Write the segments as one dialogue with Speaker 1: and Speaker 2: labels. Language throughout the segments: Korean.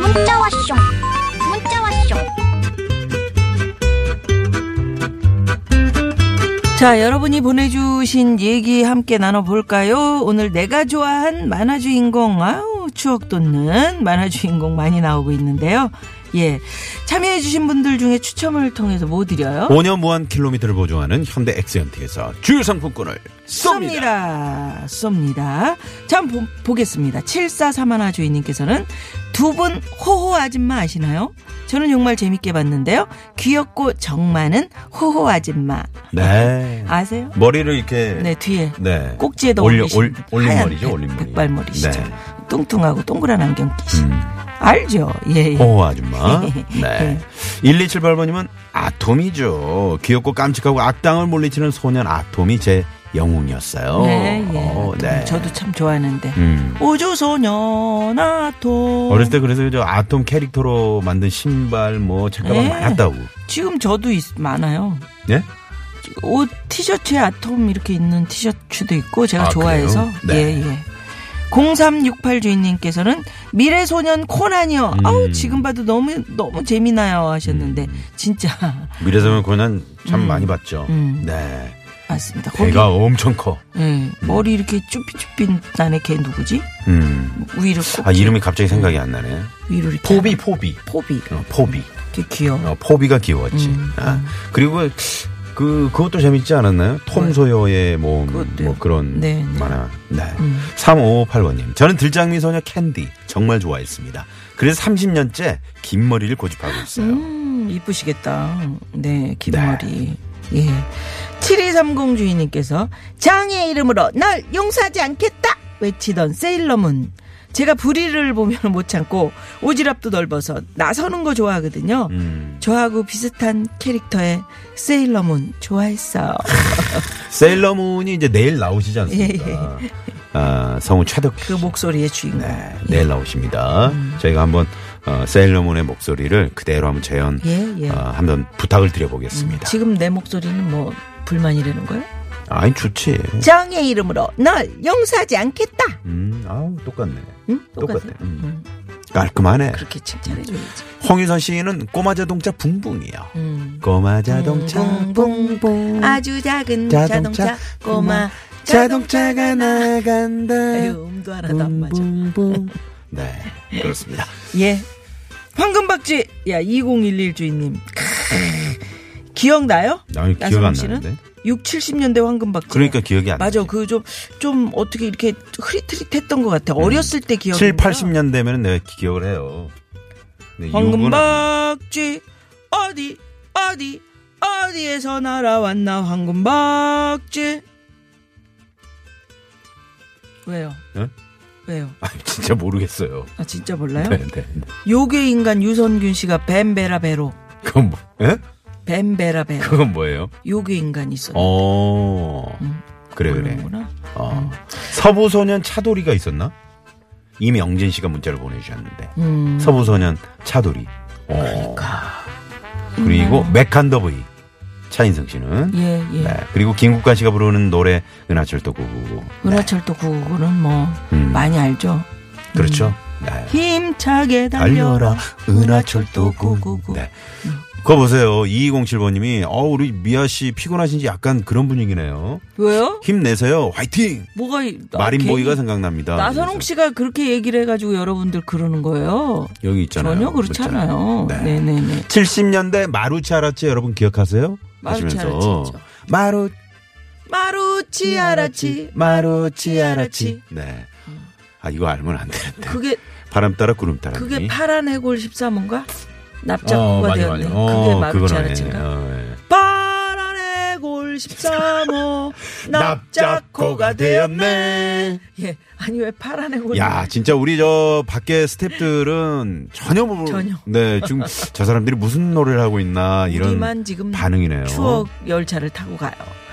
Speaker 1: 문자 왔쇼 문자 왔쇼
Speaker 2: 자, 여러분이 보내주신 얘기 함께 나눠볼까요? 오늘 내가 좋아한 만화 주인공, 아우, 추억 돋는 만화 주인공 많이 나오고 있는데요. 예. 참여해주신 분들 중에 추첨을 통해서 뭐 드려요?
Speaker 3: 5년 무한 킬로미터를 보증하는 현대 엑센트에서 주유 상품권을 쏩니다.
Speaker 2: 쏩니다. 쏩니다. 자, 한번 보, 보겠습니다. 7431화 주인님께서는 두 분 호호 아줌마 아시나요? 저는 정말 재밌게 봤는데요. 귀엽고 정 많은 호호 아줌마.
Speaker 3: 네.
Speaker 2: 아세요?
Speaker 3: 머리를 이렇게
Speaker 2: 네, 뒤에.
Speaker 3: 네.
Speaker 2: 꼭지에다
Speaker 3: 올려-
Speaker 2: 올리신 네,
Speaker 3: 올- 올린 머리죠, 올린 머리.
Speaker 2: 백발머리시죠.
Speaker 3: 네.
Speaker 2: 뚱뚱하고 동그란 안경 끼신.
Speaker 3: 음.
Speaker 2: 알죠? 예. 예.
Speaker 3: 호 아줌마. 네. 1278번님은 아톰이죠. 귀엽고 깜찍하고 악당을 물리치는 소년 아톰이 제 영웅이었어요.
Speaker 2: 네, 예.
Speaker 3: 어, 네.
Speaker 2: 저도 참 좋아하는데.
Speaker 3: 음.
Speaker 2: 우주소년 아톰.
Speaker 3: 어렸을 때 그래서 저 아톰 캐릭터로 만든 신발 뭐 책가방
Speaker 2: 네.
Speaker 3: 많았다고.
Speaker 2: 지금 저도 있, 많아요.
Speaker 3: 예?
Speaker 2: 옷 티셔츠에 아톰 이렇게 있는 티셔츠도 있고 제가
Speaker 3: 아,
Speaker 2: 좋아해서
Speaker 3: 그래요? 네.
Speaker 2: 예 예. 0368 주인님께서는 미래소년 코난이요.
Speaker 3: 음.
Speaker 2: 아우 지금 봐도 너무 너무 재미나요 하셨는데 진짜
Speaker 3: 미래소년 고난 참 많이 봤죠. 네.
Speaker 2: 맞습니다. 음. 거기
Speaker 3: 배가 엄청 커.
Speaker 2: 예, 머리 이렇게 쭈삣쭈삣 나네 걔 누구지?
Speaker 3: 음.
Speaker 2: 위를 꼭
Speaker 3: 아 이름이 갑자기 생각이 안 나네.
Speaker 2: 위로 이렇게
Speaker 3: 포비 포비.
Speaker 2: 포비
Speaker 3: 어, 포비.
Speaker 2: 이렇게 귀여워.
Speaker 3: 어, 포비가 귀여웠지.
Speaker 2: 음.
Speaker 3: 아, 그리고 그 그것도 재밌지 않았나요? 톰 소여의 뭐,
Speaker 2: 네. 그것도요.
Speaker 3: 뭐 그런
Speaker 2: 네, 네.
Speaker 3: 만화. 네. 3558번님. 저는 들장미 소녀 캔디 정말 좋아했습니다. 그래서 30년째 긴 머리를 고집하고 있어요.
Speaker 2: 음, 이쁘시겠다. 네, 긴 머리. 예. 7230 주인님께서 장의 이름으로 널 용서하지 않겠다! 외치던 세일러문. 제가 불의를 보면 못 참고 오지랖도 넓어서 나서는 거 좋아하거든요.
Speaker 3: 음.
Speaker 2: 저하고 비슷한 캐릭터의 세일러문 좋아했어요.
Speaker 3: 세일러문이 이제 내일 나오시지 않습니까?
Speaker 2: 예,
Speaker 3: 아, 성우 최덕
Speaker 2: 그 목소리의 주인공.
Speaker 3: 네, 내일 나오십니다.
Speaker 2: 음.
Speaker 3: 저희가 한번 어, 세일러문의 목소리를 그대로 한번 재현
Speaker 2: 예, 예.
Speaker 3: 어, 한번 부탁을 드려보겠습니다.
Speaker 2: 지금 내 목소리는 뭐 불만이라는 거예요?
Speaker 3: 아니 좋지.
Speaker 2: 장의 이름으로 널 용서하지 않겠다!
Speaker 3: 음, 아우 똑같네.
Speaker 2: 응?
Speaker 3: 똑같아.
Speaker 2: 똑같아요? 그렇죠.
Speaker 3: 음. 깔끔하네.
Speaker 2: 그렇게 칭찬해줘야지.
Speaker 3: 홍유선 씨는 꼬마 자동차 붕붕이요.
Speaker 2: 음.
Speaker 3: 꼬마 자동차 붕붕.
Speaker 2: 아주 작은
Speaker 3: 음. 자동차,
Speaker 2: 자동차, 꼬마
Speaker 3: 자동차가 나간다.
Speaker 2: 아유, 음도 하나도 안 맞아.
Speaker 3: 붕붕붕. 네, 그렇습니다.
Speaker 2: 예. 황금박쥐. 야, 2011 주인님. 크으. 기억나요?
Speaker 3: 아니, 기억 안
Speaker 2: 나선홍 씨는?
Speaker 3: 나는데.
Speaker 2: 6, 70년대 황금박쥐.
Speaker 3: 그러니까 기억이 안
Speaker 2: 맞아.
Speaker 3: 나지.
Speaker 2: 그 좀 좀 어떻게 이렇게 흐릿흐릿했던 것 같아.
Speaker 3: 음.
Speaker 2: 어렸을 때 기억이.
Speaker 3: 7,
Speaker 2: 나요.
Speaker 3: 80년 되면 내가 기억을 해요. 근데 이거는
Speaker 2: 황금박쥐 어디 어디 어디에서 날아왔나 황금박쥐. 왜요?
Speaker 3: 예?
Speaker 2: 왜요?
Speaker 3: 아, 진짜 모르겠어요.
Speaker 2: 아 진짜 몰라요?
Speaker 3: 네, 네. 네.
Speaker 2: 요괴 인간 유선균 씨가 뱀베라베로
Speaker 3: 그건 뭐? 예?
Speaker 2: 뱀베라베로
Speaker 3: 그건 뭐예요?
Speaker 2: 요괴 인간이 있었
Speaker 3: 어.
Speaker 2: 음.
Speaker 3: 그래 그래.
Speaker 2: 모르는구나.
Speaker 3: 어. 서부소년 차돌이가 있었나? 이명진 씨가 문자를 보내주셨는데
Speaker 2: 음,
Speaker 3: 서부소년 차돌이. 그러니까. 그리고 맥한더브이 차인성 씨는.
Speaker 2: 예, 예.
Speaker 3: 네. 그리고 김국관 씨가 부르는 노래 은하철도 999.
Speaker 2: 은하철도 구구는뭐
Speaker 3: 음.
Speaker 2: 많이 알죠.
Speaker 3: 그렇죠. 네.
Speaker 2: 힘차게 달려라.
Speaker 3: 달려라 은하철도 999. 네. 그거 보세요. 2207번님이 어 우리 미아 씨 피곤하신지 약간 그런 분위기네요.
Speaker 2: 왜요?
Speaker 3: 힘내세요. 화이팅.
Speaker 2: 뭐가 이- 나-
Speaker 3: 마린보이가
Speaker 2: 괜히-
Speaker 3: 생각납니다.
Speaker 2: 나선홍 씨가 그렇게 얘기를 해가지고 여러분들 그러는 거예요.
Speaker 3: 여기 있잖아요.
Speaker 2: 전혀 그렇잖아요.
Speaker 3: 있잖아요. 네.
Speaker 2: 네, 네, 네.
Speaker 3: 70년대 마루치 아라치 여러분 기억하세요?
Speaker 2: 마루치
Speaker 3: 하시면서
Speaker 2: 아라치죠.
Speaker 3: 마루 네,
Speaker 2: 마루치 아라치.
Speaker 3: 마루치 아라치. 네. 아 이거 알면 안 되는데.
Speaker 2: 음. 그게
Speaker 3: 바람 따라 구름 따라.
Speaker 2: 그게 파란 해골 13호인가?
Speaker 3: 어,
Speaker 2: 납작구가 되었네. 그게 마루치 그러니까. 아라치인가?
Speaker 3: 예.
Speaker 2: 파란 해골 13호 납작코가 되었네. 예, 아니 왜 파란 해골?
Speaker 3: 야, 진짜 우리 저 밖에 스탭들은 전혀 모르.
Speaker 2: 전혀.
Speaker 3: 네, 지금 저 사람들이 무슨 노래를 하고 있나 이런
Speaker 2: 우리만 지금
Speaker 3: 반응이네요.
Speaker 2: 추억 열차를 타고 가요.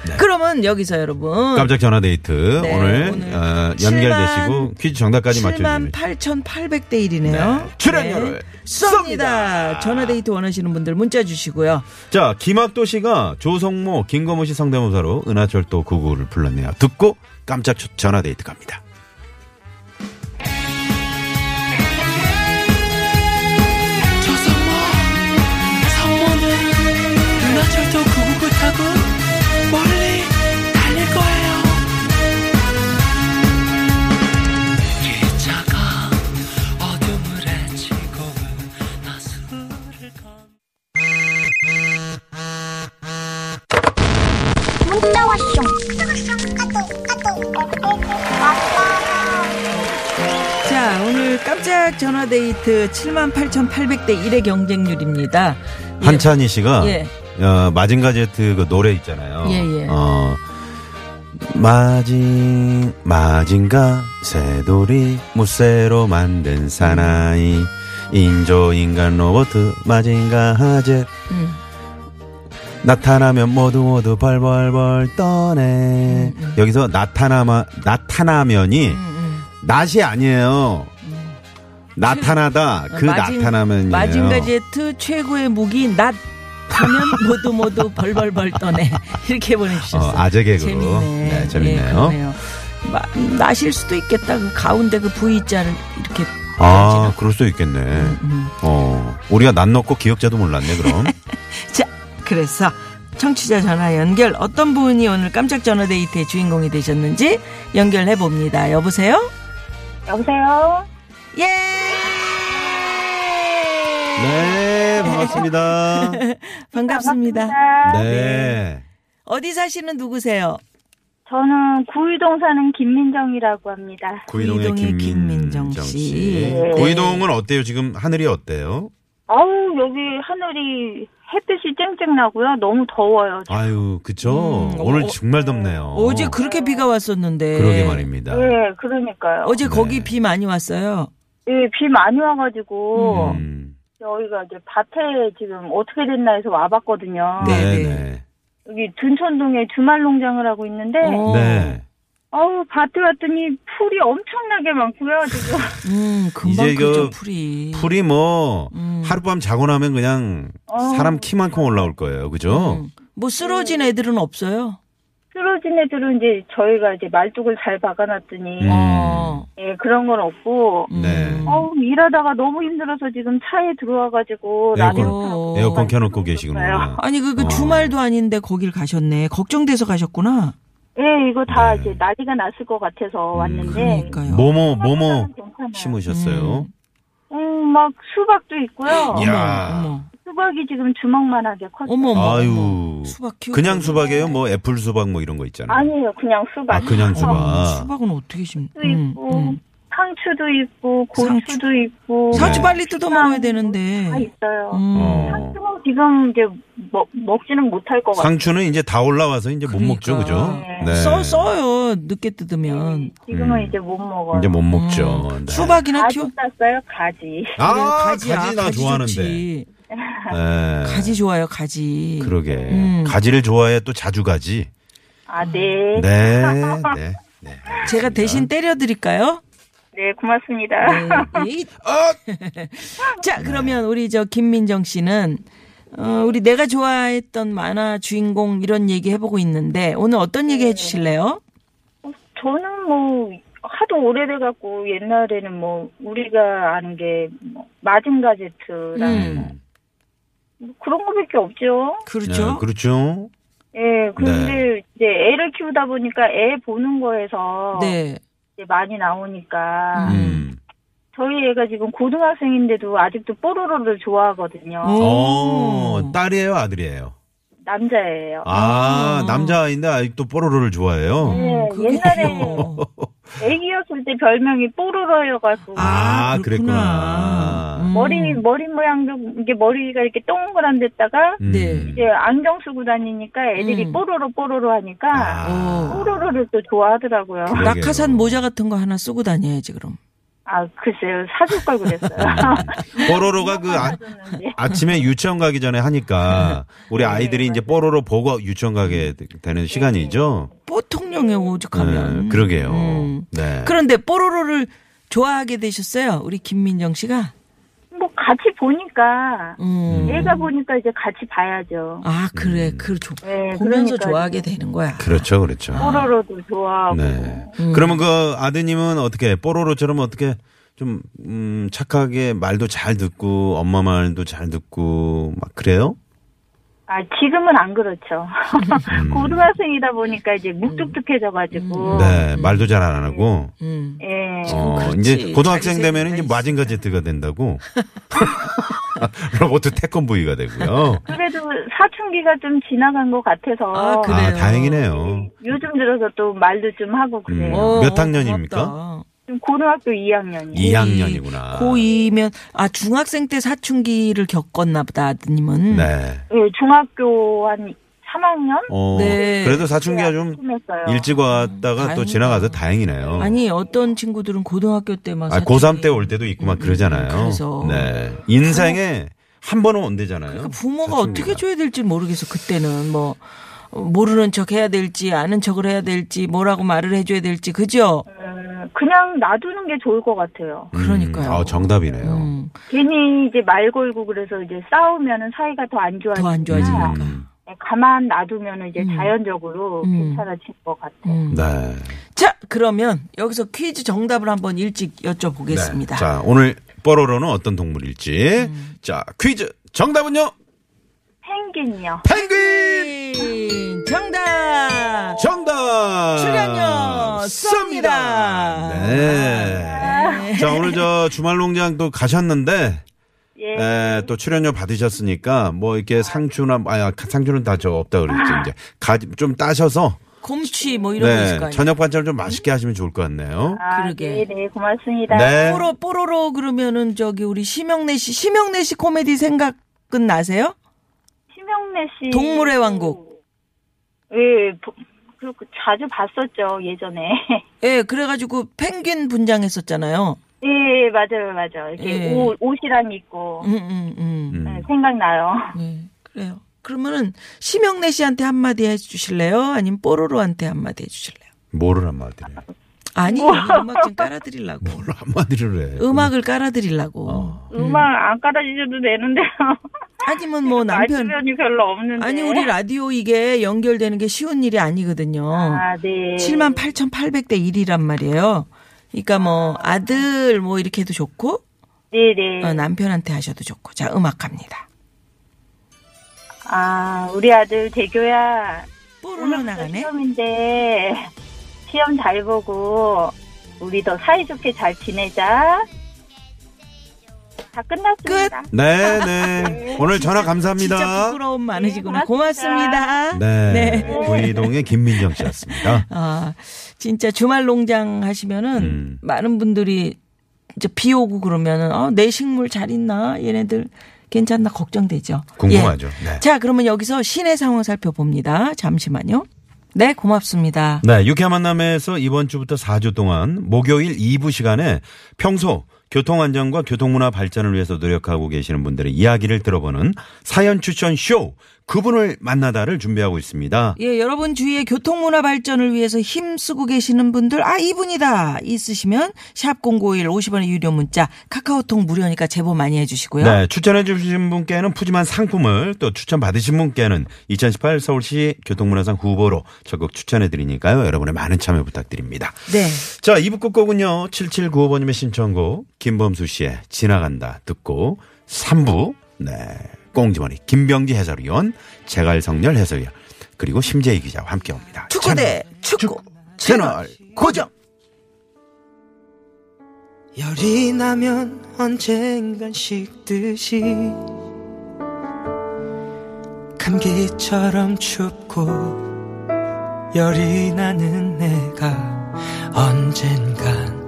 Speaker 3: 네.
Speaker 2: 그러면 여기서 여러분
Speaker 3: 깜짝 전화 데이트
Speaker 2: 네,
Speaker 3: 오늘,
Speaker 2: 오늘
Speaker 3: 어, 연결되시고
Speaker 2: 7만
Speaker 3: 퀴즈 정답까지
Speaker 2: 7만
Speaker 3: 맞춰주시면
Speaker 2: 8,800대 1이네요.
Speaker 3: 네. 출연료를 쏩니다.
Speaker 2: 쏩니다. 전화데이트 원하시는 분들 문자 주시고요.
Speaker 3: 자, 김학도 씨가 조성모, 김건모 씨 성대모사로 은하철도 99를 불렀네요. 듣고 깜짝 전화 데이트 갑니다.
Speaker 4: 조성모 성모는 은하철도 999 타고 멀리 달릴 거예요 기차가 어둠을 헤치고 그 은하수를 건
Speaker 1: 문자 왔쇼. 까똑, 까똑.
Speaker 2: 자, 오늘 깜짝 전화데이트 78,800대 1의 경쟁률입니다. 예.
Speaker 3: 한찬희 씨가
Speaker 2: 예.
Speaker 3: 어, 마징가 제트 그 노래 있잖아요.
Speaker 2: 예, 예.
Speaker 3: 어, 마징 마징가 새돌이 무쇠로 만든 사나이 인조 인간 로봇 마징가 하제
Speaker 2: 음.
Speaker 3: 나타나면 모두 모두 벌벌벌
Speaker 2: 음,
Speaker 3: 떠네 여기서 나타나마 나타나면이
Speaker 2: 음.
Speaker 3: 낫이 아니에요. 나타나다 그
Speaker 2: 어, 마징-
Speaker 3: 나타나면이에요.
Speaker 2: 마징가 제트 최고의 무기 낫 하면 모두 모두 벌벌벌 떠네. 이렇게 보내주셨어요.
Speaker 3: 어, 아재 개그로.
Speaker 2: 재밌네.
Speaker 3: 네, 재밌네요.
Speaker 2: 예, 그러네요. 마, 나실 수도 있겠다. 그 가운데 그 V자를 이렇게.
Speaker 3: 아, 그럴 수도 있겠네.
Speaker 2: 음,
Speaker 3: 어, 우리가 낯 넣고 기억자도 몰랐네, 그럼.
Speaker 2: 자, 그래서 청취자 전화 연결 어떤 분이 오늘 깜짝 전화 데이트의 주인공이 되셨는지 연결해 봅니다. 여보세요?
Speaker 5: 여보세요?
Speaker 2: 예!
Speaker 3: 네, 반갑습니다.
Speaker 2: 반갑습니다.
Speaker 3: 네.
Speaker 2: 어디 사시는 누구세요?
Speaker 5: 저는 구의동 사는 김민정이라고 합니다.
Speaker 3: 구이동의
Speaker 2: 구이동의
Speaker 3: 김민정
Speaker 2: 김민정 씨.
Speaker 3: 씨.
Speaker 2: 네.
Speaker 3: 구이동은 어때요? 지금 하늘이 어때요?
Speaker 5: 아우, 여기 하늘이 햇빛이 쨍쨍 나고요. 너무 더워요.
Speaker 3: 아유, 그쵸?
Speaker 2: 음,
Speaker 3: 오늘
Speaker 2: 어,
Speaker 3: 정말 덥네요.
Speaker 2: 어제 그렇게 네. 비가 왔었는데.
Speaker 3: 그러게 말입니다.
Speaker 5: 예, 그러니까요.
Speaker 2: 어제
Speaker 3: 네.
Speaker 2: 거기 비 많이 왔어요.
Speaker 5: 예, 비 많이 와가지고,
Speaker 3: 음,
Speaker 5: 저희가 이제 밭에 지금 어떻게 됐나 해서 와봤거든요.
Speaker 2: 네,
Speaker 3: 네,
Speaker 2: 네.
Speaker 3: 네.
Speaker 5: 여기 둔천동에 주말 농장을 하고 있는데,
Speaker 2: 어.
Speaker 3: 네.
Speaker 5: 아우, 밭에 왔더니 풀이 엄청나게 많고요, 지금.
Speaker 2: 음, 금방
Speaker 3: 이제
Speaker 2: 크죠,
Speaker 3: 그
Speaker 2: 풀이.
Speaker 3: 풀이 뭐,
Speaker 2: 음. 어.
Speaker 3: 하룻밤 자고 나면 그냥 사람 키만큼 올라올 거예요. 그죠?
Speaker 2: 음. 뭐 쓰러진 애들은 없어요.
Speaker 5: 쓰러진 애들은 이제 저희가 이제 말뚝을 잘 박아놨더니,
Speaker 3: 음.
Speaker 2: 어.
Speaker 5: 예, 그런 건 없고,
Speaker 2: 음.
Speaker 3: 네.
Speaker 5: 어우, 일하다가 너무 힘들어서 지금 차에 들어와가지고
Speaker 3: 에어컨,
Speaker 5: 라디오 타고
Speaker 3: 에어컨 켜놓고 계시구나.
Speaker 2: 아니 그, 그
Speaker 3: 어.
Speaker 2: 주말도 아닌데 거길 가셨네. 걱정돼서 가셨구나.
Speaker 5: 예, 이거 다
Speaker 3: 네.
Speaker 5: 이제 난리가 났을 것 같아서 왔는데.
Speaker 2: 그러니까요.
Speaker 3: 뭐뭐, 뭐뭐
Speaker 5: 괜찮아요.
Speaker 3: 심으셨어요?
Speaker 5: 음, 막 수박도 있고요.
Speaker 3: 야. 이야.
Speaker 2: 어머,
Speaker 5: 수박이 지금 주먹만하게 컸어요.
Speaker 2: 어머, 어머.
Speaker 3: 아유.
Speaker 2: 어머. 수박 키우.
Speaker 3: 그냥 수박이에요? 뭐 애플 수박 뭐 이런 거 있잖아요.
Speaker 5: 아니에요, 그냥 수박. 어,
Speaker 3: 아, 그냥 수박. 음,
Speaker 2: 수박은 어떻게 심? 음,
Speaker 5: 수박도 있고, 상추도 있고, 고추도 있고. 뭐
Speaker 2: 상추
Speaker 3: 네.
Speaker 2: 음. 빨리 뜯어 먹어야 되는데.
Speaker 5: 다 있어요.
Speaker 2: 음.
Speaker 3: 어.
Speaker 5: 상추는 지금 이제 먹, 먹지는 못할 것 같아요.
Speaker 3: 상추는 이제 다 올라와서 이제 못 먹죠, 그죠?
Speaker 2: 그러니까.
Speaker 3: 네.
Speaker 2: 써 써요. 늦게 뜯으면.
Speaker 5: 지금은
Speaker 3: 음.
Speaker 5: 이제 못 먹어요.
Speaker 3: 이제 못 먹죠. 네.
Speaker 2: 음. 수박이나
Speaker 5: 가지
Speaker 2: 키워.
Speaker 5: 땄어요, 아, 가지.
Speaker 3: 아,
Speaker 2: 그래,
Speaker 3: 가지야. 가지 나
Speaker 2: 가지
Speaker 3: 좋아하는데.
Speaker 2: 좋지.
Speaker 3: 네.
Speaker 2: 가지 좋아요, 가지.
Speaker 3: 그러게.
Speaker 2: 음.
Speaker 3: 가지를 좋아해 또 자주 가지.
Speaker 5: 아, 네.
Speaker 3: 네.
Speaker 5: 네,
Speaker 3: 네. 네.
Speaker 2: 제가 대신 때려 드릴까요?
Speaker 5: 고맙습니다.
Speaker 2: 네.
Speaker 3: 어.
Speaker 2: 자, 그러면 우리 저 김민정 씨는 어, 우리 내가 좋아했던 만화 주인공 이런 얘기 해보고 있는데 오늘 어떤
Speaker 5: 네.
Speaker 2: 얘기 해주실래요?
Speaker 5: 저는 뭐 하도 오래돼 갖고 옛날에는 뭐 우리가 아는 게뭐 마징가 제트랑
Speaker 2: 음.
Speaker 5: 뭐 그런 거밖에 없죠.
Speaker 2: 그렇죠.
Speaker 3: 네, 그렇죠.
Speaker 5: 예, 근데
Speaker 2: 네.
Speaker 5: 이제 애를 키우다 보니까 애 보는 거에서
Speaker 2: 네.
Speaker 5: 이제 많이 나오니까
Speaker 2: 음.
Speaker 3: 음.
Speaker 5: 저희 애가 지금 고등학생인데도 아직도 뽀로로를 좋아하거든요.
Speaker 2: 오.
Speaker 3: 음. 어, 딸이에요, 아들이에요?
Speaker 5: 남자예요.
Speaker 3: 아,
Speaker 2: 아. 네.
Speaker 3: 남자아이인데 아직도 뽀로로를 좋아해요?
Speaker 5: 예,
Speaker 2: 어, 그게
Speaker 5: 옛날에 뭐.
Speaker 2: 그래요.
Speaker 5: 애기였을 때 별명이 뽀로로여가지고
Speaker 3: 아,
Speaker 2: 아, 그랬구나.
Speaker 3: 그랬구나. 네,
Speaker 2: 음.
Speaker 5: 머리 머리 모양도 이게 머리가 이렇게 동그란 데다가
Speaker 3: 음.
Speaker 2: 네.
Speaker 5: 이제 안경 쓰고 다니니까 애들이
Speaker 2: 음.
Speaker 5: 뽀로로 뽀로로 하니까
Speaker 3: 아.
Speaker 2: 어.
Speaker 5: 뽀로로를 또 좋아하더라고요.
Speaker 3: 그래요?
Speaker 2: 낙하산 모자 같은 거 하나 쓰고 다녀야지 그럼.
Speaker 5: 아, 글쎄요. 사줄 걸 그랬어요.
Speaker 3: 뽀로로가 그 아,
Speaker 5: 사줬는데.
Speaker 3: 침에 유치원 가기 전에 하니까 우리
Speaker 2: 네,
Speaker 3: 아이들이 이제 뽀로로 보고 유치원 가게 되는 시간이죠.
Speaker 2: 보통령에 오죽하면.
Speaker 3: 네, 그러게요.
Speaker 2: 음.
Speaker 3: 네.
Speaker 2: 그런데 뽀로로를 좋아하게 되셨어요. 우리 김민정 씨가.
Speaker 5: 뭐 같이 보니까
Speaker 2: 음.
Speaker 5: 얘가 보니까 이제 같이 봐야죠.
Speaker 2: 아 그래 그 조,
Speaker 5: 네,
Speaker 2: 보면서
Speaker 5: 그러니까요.
Speaker 2: 좋아하게 되는 거야.
Speaker 3: 음. 그렇죠, 그렇죠.
Speaker 2: 아,
Speaker 5: 뽀로로도 좋아하고
Speaker 3: 네.
Speaker 2: 음.
Speaker 3: 그러면 그 아드님은 어떻게 뽀로로처럼 어떻게 좀 음, 착하게 말도 잘 듣고 엄마 말도 잘 듣고 막 그래요?
Speaker 5: 아 지금은 안 그렇죠.
Speaker 3: 음.
Speaker 5: 고등학생이다 보니까 이제 묵뚝뚝해져가지고
Speaker 3: 네, 말도 잘 안 하고.
Speaker 2: 어, 음.
Speaker 5: 예.
Speaker 3: 어,
Speaker 2: 그렇지.
Speaker 3: 이제 고등학생
Speaker 2: 자기
Speaker 3: 되면 이제
Speaker 2: 생각이
Speaker 3: 마징가 제트가 된다고. 로봇 태권브이가 되고요.
Speaker 5: 그래도 사춘기가 좀 지나간 것 같아서
Speaker 2: 아, 그래요?
Speaker 3: 아, 다행이네요.
Speaker 5: 요즘 들어서 또 말도 좀 하고 그래요.
Speaker 3: 음. 몇 학년입니까?
Speaker 2: 어, 고맙다.
Speaker 5: 지금 고등학교 2학년이에요.
Speaker 3: 이- 2학년이구나.
Speaker 2: 고2면 아 중학생 때 사춘기를 겪었나 보다 아드님은.
Speaker 3: 네.
Speaker 5: 예, 중학교 한 3학년
Speaker 3: 어,
Speaker 2: 네.
Speaker 3: 그래도 사춘기가 좀
Speaker 5: 꿈했어요.
Speaker 3: 일찍 왔다가
Speaker 2: 다행이다.
Speaker 3: 또 지나가서 다행이네요.
Speaker 2: 아니 어떤 친구들은 고등학교 때만
Speaker 3: 아, 고3 때 올 때도 있고 막 그러잖아요.
Speaker 2: 음, 그래서.
Speaker 3: 네. 인생에 한 번은 온대잖아요.
Speaker 2: 그러니까 부모가
Speaker 3: 사춘기가.
Speaker 2: 어떻게 줘야 될지 모르겠어 그때는 뭐 어, 모르는 척 해야 될지 아는 척을 해야 될지 뭐라고 말을 해줘야 될지 그죠?
Speaker 5: 음, 그냥 놔두는 게 좋을 것 같아요.
Speaker 3: 음,
Speaker 2: 그러니까요.
Speaker 3: 아, 정답이네요.
Speaker 2: 음,
Speaker 5: 괜히 이제 말 걸고 그래서 이제 싸우면은 사이가 더 안 좋아지고
Speaker 2: 더안 좋아지니까.
Speaker 3: 음.
Speaker 5: 가만 놔두면 이제 자연적으로
Speaker 2: 음.
Speaker 5: 괜찮아질 것 같아요.
Speaker 2: 음.
Speaker 3: 네.
Speaker 2: 자 그러면 여기서 퀴즈 정답을 한번 일찍
Speaker 3: 네.
Speaker 2: 여쭤보겠습니다. 음.
Speaker 3: 자, 오늘 뽀로로는 어떤 동물일지. 자, 퀴즈 정답은요?
Speaker 5: 펭귄이요.
Speaker 3: 펭귄!
Speaker 2: 네. 퀸 정답.
Speaker 3: 정답!
Speaker 2: 출연료 쏩니다.
Speaker 3: 네. 자, 오늘 저 주말 농장 또 가셨는데,
Speaker 5: 예.
Speaker 3: 에, 또 출연료 받으셨으니까, 뭐 이렇게 상추나, 아, 상추는 다 저 없다 그랬지, 이제. 가, 좀 따셔서,
Speaker 2: 곰취 뭐 이런 거 있을 거
Speaker 3: 네,
Speaker 2: 아니에요.
Speaker 3: 저녁 반찬을 좀 맛있게 하시면 좋을 것 같네요.
Speaker 5: 아,
Speaker 2: 그러게.
Speaker 5: 네, 네, 고맙습니다.
Speaker 3: 네.
Speaker 2: 뽀로 뽀로로 그러면은 저기 우리 심영래 씨 심영래 씨 코미디 생각은 나세요?
Speaker 5: 심영래 씨.
Speaker 2: 동물의 왕국.
Speaker 5: 예, 보- 그, 그 자주 봤었죠, 예전에.
Speaker 2: 예, 그래가지고 펭귄 분장했었잖아요.
Speaker 5: 예, 맞아요, 맞아요. 이렇게
Speaker 2: 예.
Speaker 5: 옷, 옷이랑 입고.
Speaker 2: 음, 음, 음.
Speaker 5: 네, 생각나요.
Speaker 2: 예, 그래요. 그러면은 심영래 씨한테 한마디 해주실래요? 아니면 뽀로로한테 한마디 해주실래요?
Speaker 3: 뭐를 한마디를 해?
Speaker 2: 아니, 뭐 음악 좀 깔아드리려고.
Speaker 3: 뭘 한마디를 해?
Speaker 2: 음악을 깔아드리려고.
Speaker 5: 음악 안 깔아주셔도 되는데요.
Speaker 2: 아니면 뭐 남편.
Speaker 5: 말주변이 별로 없는데.
Speaker 2: 아니, 우리 라디오 어. 이게 연결되는 게 쉬운 일이 아니거든요.
Speaker 5: 아, 네.
Speaker 2: 78,800대 1이란 말이에요. 그러니까 뭐 아들 뭐 이렇게 해도 좋고
Speaker 5: 네네.
Speaker 2: 어, 남편한테 하셔도 좋고. 자, 음악 갑니다.
Speaker 5: 아, 우리 아들 대교야.
Speaker 2: 뽀로로
Speaker 5: 오늘
Speaker 2: 어, 나가네.
Speaker 5: 시험인데 시험 잘 보고 우리 더 사이좋게 잘 지내자. 다 끝났습니다.
Speaker 3: 네, 네. 오늘 전화 감사합니다.
Speaker 2: 진짜 부끄러움 많으시구나.
Speaker 5: 네,
Speaker 2: 고맙습니다.
Speaker 5: 고맙습니다.
Speaker 3: 네.
Speaker 2: 네.
Speaker 3: 구이동의 김민정 씨였습니다.
Speaker 2: 아, 진짜 주말 농장 하시면은
Speaker 3: 음.
Speaker 2: 많은 분들이 이제 비 오고 그러면은 어, 내 식물 잘 있나? 얘네들 괜찮나 걱정되죠.
Speaker 3: 궁금하죠.
Speaker 2: 예.
Speaker 3: 네.
Speaker 2: 자, 그러면 여기서 시내 상황 살펴봅니다. 잠시만요. 네, 고맙습니다.
Speaker 3: 네, 유쾌한 만남에서 이번 주부터 4주 동안 목요일 2부 시간에 평소 교통 안전과 교통문화 발전을 위해서 노력하고 계시는 분들의 이야기를 들어보는 사연 추천 쇼 그분을 만나다를 준비하고 있습니다.
Speaker 2: 예, 여러분 주위의 교통문화 발전을 위해서 힘쓰고 계시는 분들, 아, 이분이다! 있으시면, 샵0951 50원의 유료 문자, 카카오톡 무료니까 제보 많이 해주시고요.
Speaker 3: 네, 추천해 주신 분께는 푸짐한 상품을 또 추천 받으신 분께는 2018 서울시 교통문화상 후보로 적극 추천해 드리니까요. 여러분의 많은 참여 부탁드립니다.
Speaker 2: 네.
Speaker 3: 자, 2부 끝곡은요. 7795번님의 신청곡 김범수 씨의 지나간다 듣고 3부 네, 꽁지머니 김병지 해설위원, 제갈성렬 해설위원 그리고 심재희 기자와 함께 옵니다.
Speaker 2: 축구대, 축구,
Speaker 3: 채널 고정.
Speaker 4: 열이 나면 언젠간 식듯이 감기처럼 춥고 열이 나는 내가 언젠간